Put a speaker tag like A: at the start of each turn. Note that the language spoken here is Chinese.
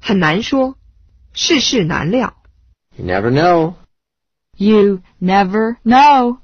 A: 很难说，世事难料。
B: You never know.
C: You never know.